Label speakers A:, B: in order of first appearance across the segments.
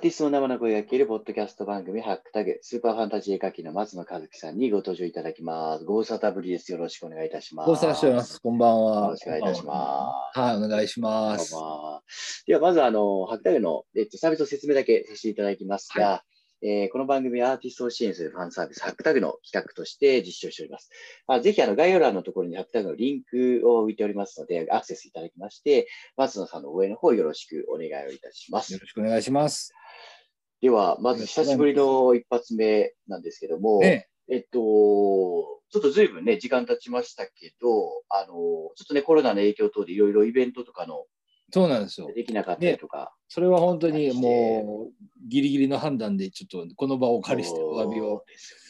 A: ティストの生の声が聞けるポッドキャスト番組、ハックタグ、スーパーファンタジー絵描きの松野和樹さんにご登場いただきます。ご無沙汰ぶりです。よろしくお願いいたします。
B: ご無沙汰しております。こんばんは。
A: よろしくお願いいたしま。
B: はい、お願いしますす
A: こん。ばんはでは、まず、あの、ハックタグの、えっと、サービスの説明だけさせていただきますが、えーこの番組はアーティストを支援するファンサービス、ハックタグの企画として実証しております。あぜひ、あの、概要欄のところにハックタグのリンクを置いておりますので、アクセスいただきまして、松野さんの応援の方よろしくお願いをいたします
B: よ。ろしくお願いします。
A: では、まず久しぶりの一発目なんですけども、
B: ね、
A: えっと、ちょっとずいぶんね、時間経ちましたけど、あの、ちょっとね、コロナの影響等でいろいろイベントとかの
B: そうなんですよ。
A: できなかったりとか、
B: それは本当にもうギリギリの判断でちょっとこの場をお借りしてお詫びを。
A: そう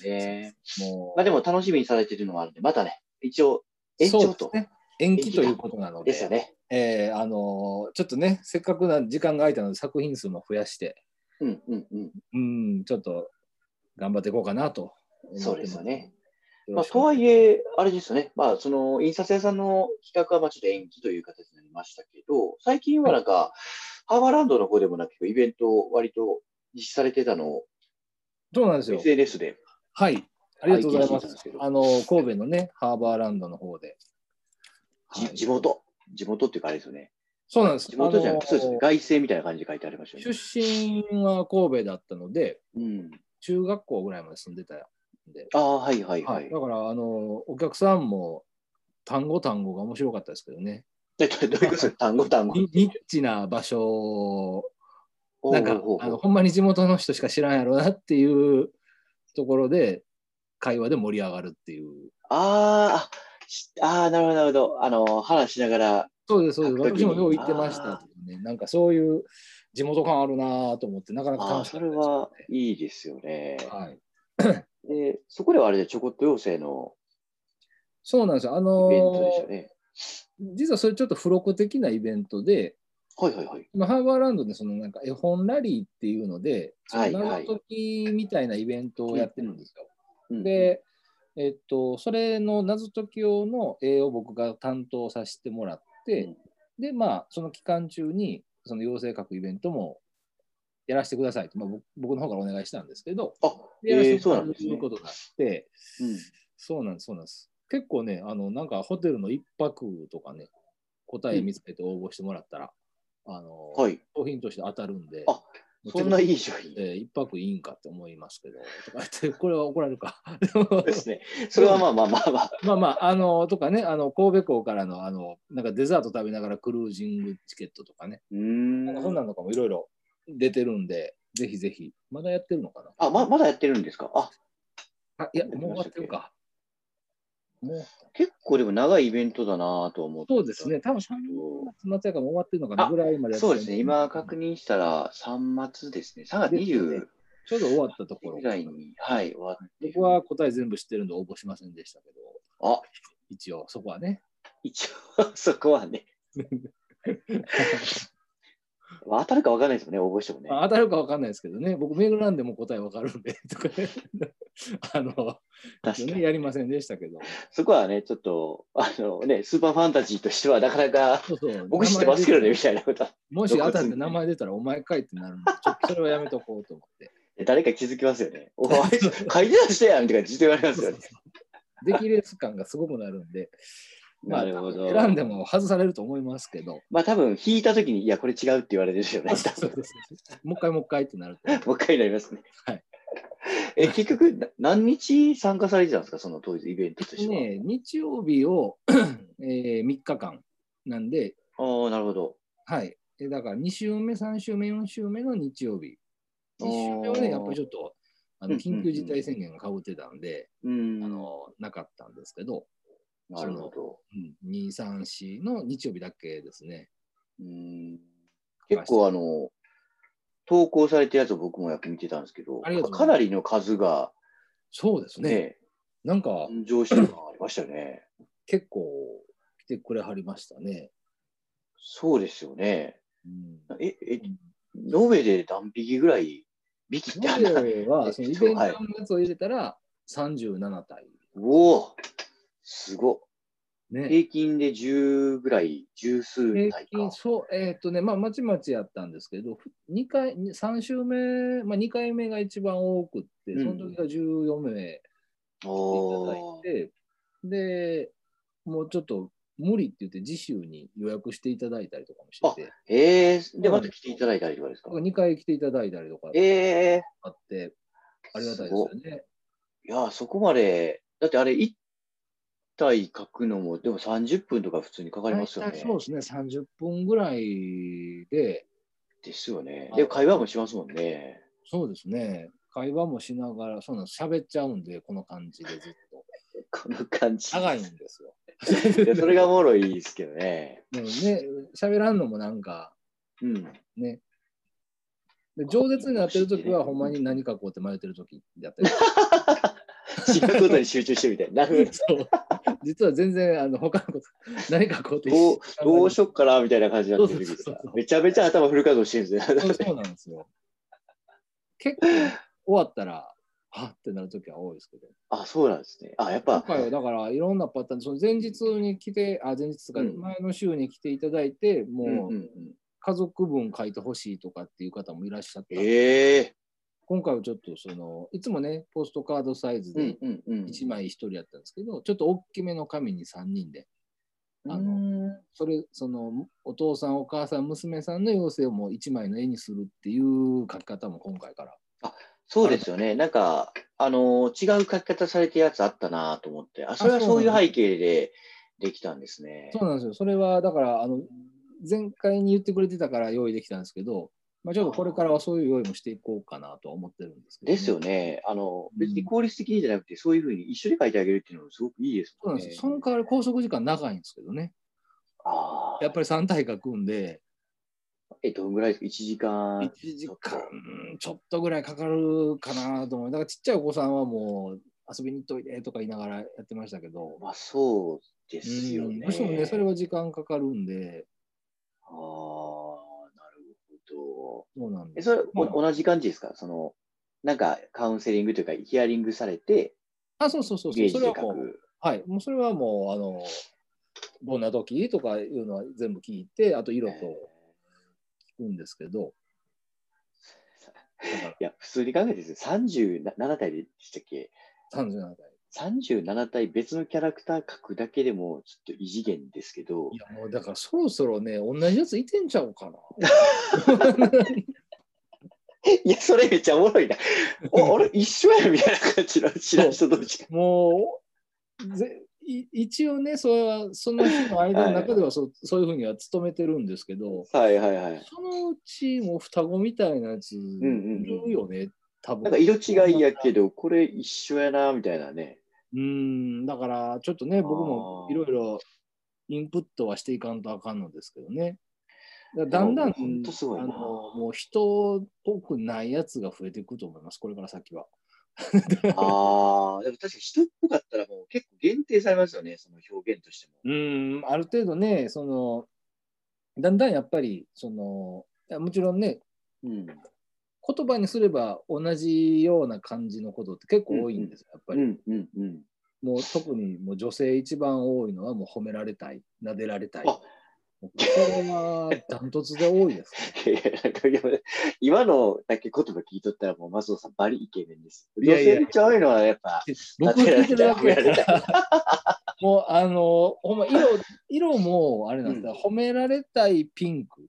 A: ですよね。
B: もう
A: まあでも楽しみにされてるのもあるんで、またね、一応延
B: そう
A: 長
B: です
A: と。
B: ね。延期ということなので、
A: ですよね。
B: えーあのーちょっとね、せっかくな時間が空いたので作品数も増やして、
A: うんうんうん。
B: うん、ちょっと頑張っていこうかなと思ってます。
A: そうですよね。ま
B: よろ
A: あ、
B: しく
A: とはいえ、あれですよね、まあ、その印刷屋さんの企画はまあちょっと延期という形になりましたけど、最近はなんか、ハーバーランドの方でもなんかイベントを割と実施されてたのを
B: そうなんですよ。
A: SNS で、
B: はい。ありがとうございま
A: 拝見してたんです
B: す
A: け。ど
B: あの、神戸のね、ハーバーランドの方で。
A: じ
B: はい
A: 地元、地元っていうかあれですよね。
B: そうなんです。
A: 地元じゃなくて、そうです
B: あ
A: ね、
B: の
A: 外製みたいな感じで書いてありましたよね。
B: 出身は神戸だったので、
A: うん、
B: 中学校ぐらいまで住んでたんで、
A: ああ、はいはいは。
B: はいい、だから、あの、お客さんも単語単語が面白かったですけどね、
A: えどどういうことです か単語単語。
B: ニニッチな場所
A: おう
B: なんか
A: おうおう
B: あの、ほんまに地元の人しか知らんやろなっていうところで、会話で盛り上がるっていう。
A: あーあしあー、なるほど、なるほど。あの、話しながら、
B: そうです、そうです。
A: 各地に
B: 私もよう行ってまし
A: あ
B: たけどね。なんかそういう地元感あるなぁと思って、なかなか
A: ああ、
B: 楽し
A: そ
B: かった
A: れ
B: です
A: はいいですよね。
B: よね。はい。
A: で、そこではあれでちょこっと妖精の
B: そうなんですよ。あ
A: イ
B: の
A: ベントでしたね。
B: 実はそれちょっと付録的なイベントで、
A: はいはいはい。
B: 今ハーバーランドでそのなんか絵本ラリーっていうので、そ
A: は
B: の
A: いはい
B: 謎解きみたいなイベントをやってるんですよ。
A: うん、
B: で、えっと、それの謎解き用の絵を僕が担当させてもらって、
A: うん
B: で、まあ、その期間中に、その妖精描くイベントもやらせてくださいと、まあ、僕僕の方からお願いしたんですけど、
A: あ、
B: でやら
A: え
B: せ
A: ー、
B: て
A: そ
B: も
A: う
B: ら
A: な
B: うん
A: です
B: という
A: ね。
B: ことになって、
A: うん
B: そうなんです、そうなんです。結構ね、あの、なんかホテルの一泊とかね、答え見つけて応募してもらったら、あの、
A: はい。
B: 商品として当たるんで、
A: あそんないい商品
B: えー一泊いいんかって思いますけど、とか言って、これは怒られるか。
A: ですね。それはまあまあまあまあ。
B: まあまあ、あの、とかね、あの、神戸港からの、あの、なんかデザート食べながらクルージングチケットとかね、
A: うーん
B: なんかそんなのとかもいろいろ出てるんで、ぜひぜひ、まだやってるのかな
A: あ、ま、まだやってるんですかあ、
B: あいや、もう終わってるか。もう、
A: 結構でも長いイベントだなぁと思って。
B: そうですね、多分3月末やからもう終わってるのか
A: あ
B: なぐらいまでやって
A: そ
B: る
A: うですね。今確認したら3月ですね。3月
B: ですよね
A: 20
B: ちょうど終わったところ
A: ぐ。らいに、はい、終わって。
B: 僕は、答え全部知ってるんで応募しませんでしたけど、
A: あ、
B: 一応そこはね。
A: 一応そこはね。まあ当たるかわかんないですもんね、応募してもね。
B: まあ当たるかわかんないですけどね、僕メールなんでもう答えわかるんで、 とか、あの、
A: 確かに
B: ね、やりませんでしたけど。
A: そこはね、ちょっと、あのね、スーパーファンタジーとしてはなかなか、
B: そうそう
A: 僕知ってますけどね、
B: 名
A: みたい
B: 前
A: なことは。
B: もし当たって名前出たらお前かいってなるので、ちょっとそれはやめとこうと思 って。
A: 誰か気づきますよね。お前、書いて出してやんみたいな感じで言われますよね。
B: 出来レース感がすごくなるんで、まあ
A: なるほど。
B: 選んでも外されると思いますけ ど、
A: まあ多分、引いたときに、いや、これ違うって言われるでしょうね。多
B: そう
A: 分
B: そうそうもう一回もう一回ってなると。
A: もう一回になりますね。
B: はい
A: え、結局、な何日参加されてたんですか、その当時、イベントとしては。
B: ね、日曜日を、 えー、3日間なんで、
A: ああ、なるほど。
B: はい。えだから2週目、3週目、4週目の日曜日。1週目は
A: あー
B: ね、やっぱりちょっとあの
A: うんうんうん
B: 緊急事態宣言がかぶってたんで、
A: うん。
B: あのなかったんですけど、
A: なるほど。
B: うん、2、3、4の日曜日だけですね。
A: うん結構、あの、投稿されてるやつを僕もやっぱ見てたんですけど、
B: ありがとうござ
A: か
B: います
A: なりの数が
B: そうですね。
A: ね、
B: なんか
A: 誕生してる感ありましたよね。
B: 結構来てくれはりましたね。
A: そうですよね。
B: うん、
A: え、え、延べで何匹ぐらい匹ってあんな。
B: で は、そのイベントのやつを入れたら37体。
A: おおすごっ。
B: ね、
A: 平均で10ぐらい、十数
B: 平
A: 体
B: 均、
A: か。
B: そう、えーっとね、まあ、まちまちやったんですけど、二回、3週目、まあ、2回目が一番多くって、
A: うん
B: その時が14名来ていただい
A: おー
B: て、で、もうちょっと無理って言って、次週に予約していただいたりとかもしてて、
A: ええで、
B: そうな
A: ま
B: ん
A: た
B: です
A: 来ていただいたりとかですか。
B: 2回来ていただいたりとか
A: ええ
B: あって、ありがたいですよね。
A: いやー、そこまで、だってあれ、1体書くのも、でも30分とか普通にかかりますよね
B: 大体。そうですね、30分ぐらいで、
A: ですよね。
B: はい
A: で、会話もしますもんね。
B: そうですね、会話もしながら、そうなんです喋っちゃうんで、この感じでずっと。
A: この感じ。
B: 長いんですよ。
A: いやそれがおもろいですけどね。
B: でもね、喋らんのもなんか、
A: うん。
B: ね。で、饒舌になってる時は、ほんまに何書こうって迷ってる時だったり。
A: 違 うことに集中してみたいな。
B: そう実は全然、あの、他のこと、何書こうって
A: どうどうしよっかなみたいな感じになってる時
B: そうそう
A: さ
B: そうそう
A: めちゃめちゃ頭フル稼働してるんです
B: そう
A: よ。
B: そうなんですよ。結構、終わったら、はっってなる時は多いですけど。
A: あ、そうなんですね。あ、やっぱ、
B: 今回はだからいろんなパターン、その前日に来て、あ、前日とか
A: うん
B: 前の週に来ていただいて、も
A: うんうんう
B: うん家族分書いてほしいとかっていう方もいらっしゃった。
A: ええ
B: 今回はちょっとその、いつもね、ポストカードサイズで
A: うんうんうん。
B: 1枚1人やったんですけど、ちょっと大きめの紙に3人で、あの
A: の、
B: それ、その、お父さん、お母さん、娘さんの要請をもう1枚の絵にするっていう書き方も今回から。
A: そうですよね。なんか、あのー違う書き方されてるやつあったなと思って。あ、それは
B: そ
A: そううい
B: な
A: うん
B: だ
A: 背景でできたんですね。
B: そうなんですよ。それは、だから、あの、前回に言ってくれてたから用意できたんですけど、まあ、ちょっとこれからはそういう用意もしていこうかなとは思ってるんですけど、
A: ですよ。ね。あの、別
B: う
A: に
B: ん
A: 効率的にじゃなくて、そういうふうに一緒に書いてあげるっていうのもすごくいいです
B: そ
A: も
B: うなんん
A: ね。
B: ですよ。その代わり拘束時間長いんですけどね。
A: あ
B: やっぱり3大会組んで、
A: あ。え、どんぐらいですか ?1 時間
B: 1。時間ちょっとぐらいかかるかなと思う。だからちっちゃいお子さんはもう遊びに行っといてとか言いながらやってましたけど、
A: まあ、そうですよ
B: うん
A: ね。
B: どうしてもね、それは時間かかるんで、
A: ああ、なるほど。
B: そうなんで
A: え、
B: す。
A: それ、お
B: まあ
A: 同じ感じですかその、なんかカウンセリングというか、ヒアリングされて、
B: あ、そうそうそう
A: イメ
B: そ
A: ー
B: う。
A: ジ
B: そ
A: で
B: れ
A: 書
B: はもう、
A: く。
B: はい、もうそれはもう、あの、どんな時とかいうのは全部聞いて、あと色と聞くんですけど、だか
A: いや、普通に考えてですよ37体でしたっけ
B: ら37歳。
A: 37体別のキャラクター書くだけでもちょっと異次元ですけど
B: い、や、もうだからそろそろね、同じやついてんちゃうかな。
A: いや、それめっちゃおもろい な。お、俺一緒やみたいな感じの知らん人同士が。
B: もう、ぜい一応ね、それはその日の間の中ではそ,、そういうふうには努めてるんですけど、
A: はいはいはい。
B: そのうちもう双子みたいなやつい
A: んうん
B: るよね、多分
A: なんか色違いやけど、これ一緒やな、みたいなね。
B: うん、だからちょっとね、僕も
A: あー
B: いろいろインプットはしていかんとあかんのですけどね。だだんだん、
A: ほんとすごい
B: あ
A: な
B: のもう人っぽくないやつが増えていくと思います、これから先は。
A: ああ、でも確かに人っぽかったらもう結構限定されますよね、その表現としても。
B: うん、ある程度ね、その、だんだんやっぱり、その、いやもちろんね、
A: うん。
B: 言葉にすれば同じような感じのことって結構多いんですよ、やっぱ
A: う
B: り。
A: んうんうん。
B: もう特にもう女性一番多いのはもう褒められたい、撫でられたい。
A: あ
B: もうこれはダントツで多いです ね。
A: いやいやなんかいや今のだけ言葉聞いとったらもう松尾さんバリイケメンです。
B: いや
A: 女
B: いや
A: 性にちゃうのはやっぱ。
B: 僕は聞いてるだけ
A: 撫でら
B: や
A: れ
B: から、 もうあの、ほんま色、色もあれなんですよ、褒められたいピンク。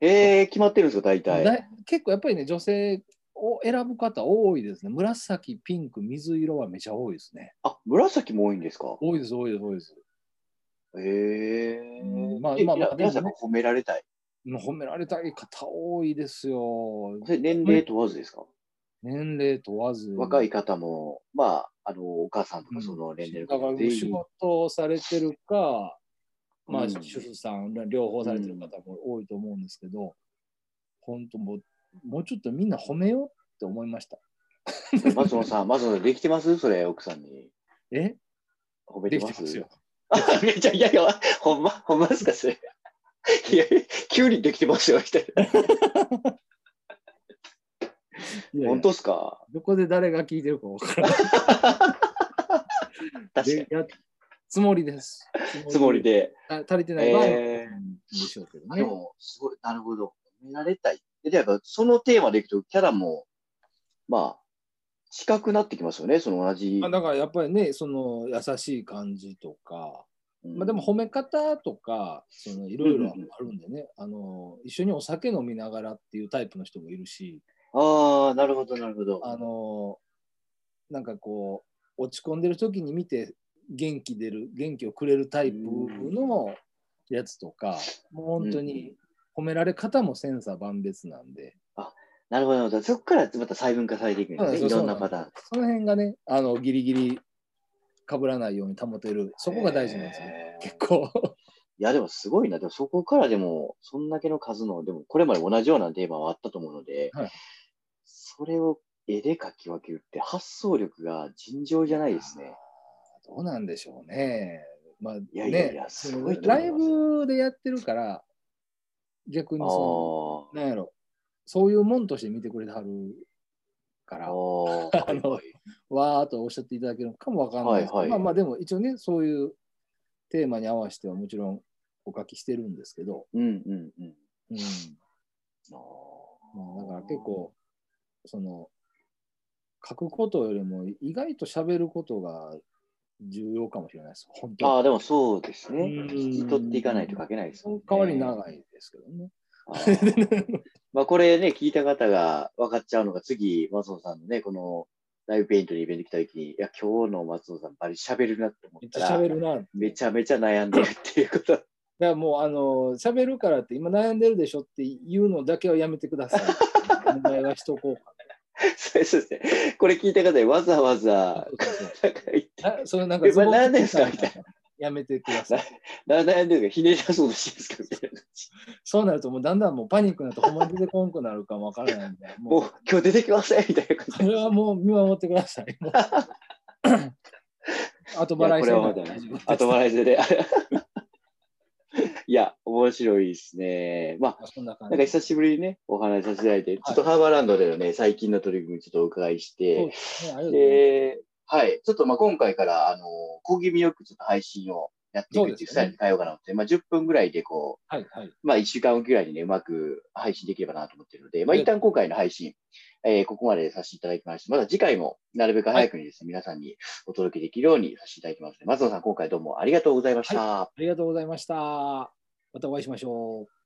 A: ええ決まってるんですよ、大体。
B: だい結構やっぱりね、女性を選ぶ方多いですね。紫、ピンク、水色はめちゃ多いですね。
A: あ、紫も多いんですか
B: 多いです、多いです、多いです。
A: ええ
B: うん
A: ま
B: まあ
A: あ
B: ま
A: ま
B: あ
A: あ
B: まあでもね
A: 皆さんが褒められたい。
B: もう褒められたい方多いですよ。
A: それ年齢問わずですか、
B: 年齢問わず。
A: 若い方も、まあ、あの、お母さんとかその年齢の
B: だから
A: 方
B: も
A: 全
B: う
A: 員
B: 仕事をされてるか、まあ、
A: うん
B: 主婦さん、両方されてる方も多いと思うんですけど、本当もう、もうちょっとみんな褒めようって思いました。
A: 松野さん、松野さん、できてますそれ、奥さんに。
B: え
A: 褒めて
B: で
A: ま
B: きて
A: す
B: ますよ。
A: あめっ ちゃ、いやいや、ほんま、ほんまですか、それ。いやいや、急にできてますよ、みたいな。
B: いやいや
A: 本当ですか
B: どこで誰が聞いてるか分からない
A: 確かに。
B: でやつもりです。
A: つもり。で。
B: あ足りてない場合は、
A: えー
B: うんでしょうけど
A: で
B: ね。
A: も、すごい、なるほど。褒められたい。で、やっぱそのテーマでいくと、キャラも、まあ、近くなってきますよね、その同じ。
B: まあ、だからやっぱりね、その優しい感じとか、
A: うん
B: まあ、でも褒め方とか、そのいろいろあるんでね、あの、一緒にお酒飲みながらっていうタイプの人もいるし、
A: ああ、なるほど、なるほど。
B: あの、なんかこう、落ち込んでる時に見て元気出る、元気をくれるタイプのやつとか、もう本当に褒められ方も千差万別なんで、
A: なるほどなるほど、そこからまた細分化されていくんですね、
B: そう
A: い
B: そう
A: ろんなパターン。
B: その辺がね、あの、ギリギリ被らないように保てる、そこが大事なんですよね。
A: ね
B: 結構。
A: いや、でもすごいな。でもそこからでも、そんだけの数の、でもこれまで同じようなテーマはあったと思うので、
B: はい
A: それを絵で描き分けるって発想力が尋常じゃないですね。
B: どうなんでしょうね。まあ、ね、
A: いやいやいやすごいと思いま
B: ラ
A: す
B: イブでやってるから、逆に
A: あ
B: その、なんやろ、そういうもんとして見てくれてはるから、
A: ーあ
B: わ
A: ー。
B: あの
A: はい
B: ーっとおっしゃっていただけるのかもわかんないですけど、
A: はいはい
B: まあまあ、でも一応ね、そういうテーマに合わせてはもちろんお書きしてるんですけど、
A: うんうんうん。
B: うん、
A: あ
B: まあだから結構、その、書くことよりも意外と喋ることが重要かもしれないです、本当
A: ー
B: に
A: あー、でもそうですね。
B: うん
A: 聞き取っていかないと書けないです
B: そ
A: もん
B: の
A: ね。
B: 代わり長いですけどね。
A: あーまあこれね、聞いた方が分かっちゃうのが、次、松尾さんのね、このライブペイントにイベント来た時に、いや、今日の松尾さん、バリ喋るなって思
B: めっ
A: った
B: ちゃ
A: ら、
B: 喋るなって。
A: めちゃめちゃ悩んでるっていうこと。
B: だからもう、あの、喋るからって、今悩んでるでしょっていうのだけはやめてく ださい。問題はしとこうか
A: そうそうですね。これ聞いた方でわざわ
B: な
A: ざ、
B: そうそう
A: なんか言って
B: そう
A: えまあ
B: な。それなんか、
A: 何ですかみたい
B: やめてください。
A: な悩んでるからひねり出そうとしてるんですかみたいな。
B: そうなると、もうだんだんもうパニックになって、ほんまに出てこんくなるかもわからないんで、も
A: も
B: う
A: う、今日出てきませんみたいな感
B: それはもう見守ってく ださい。もう後
A: いや
B: 払い
A: こ
B: せ
A: れ
B: な
A: はまだ ね
B: 大丈夫です。
A: 後払いでね。 いや、面白いですね。まあ、
B: そんな感
A: なん
B: じ
A: か久しぶりにね、お話しさせていただいて、ちょっとハーバーランドでのね、最近の取り組みちょっとお伺いし
B: そう
A: て、
B: ですねありがとうございます
A: で、はい、ちょっとまあ今回から、あの、講義見よくちょっと配信をやっていくっていうスタイルに変えようかなと思って、まあ10分ぐらいでこ
B: はいはい。
A: う、まあ1週間ぐらいにね、うまく配信できればなと思ってるので、まあ一旦今回の配信、えーここまでさせていただきまして、また次回もなるべく早くにですね、皆さんにお届けできるようにさせていただきますので、松野さん今回どうもありがとうございました。
B: ありがとうございました。またお会いしましょう。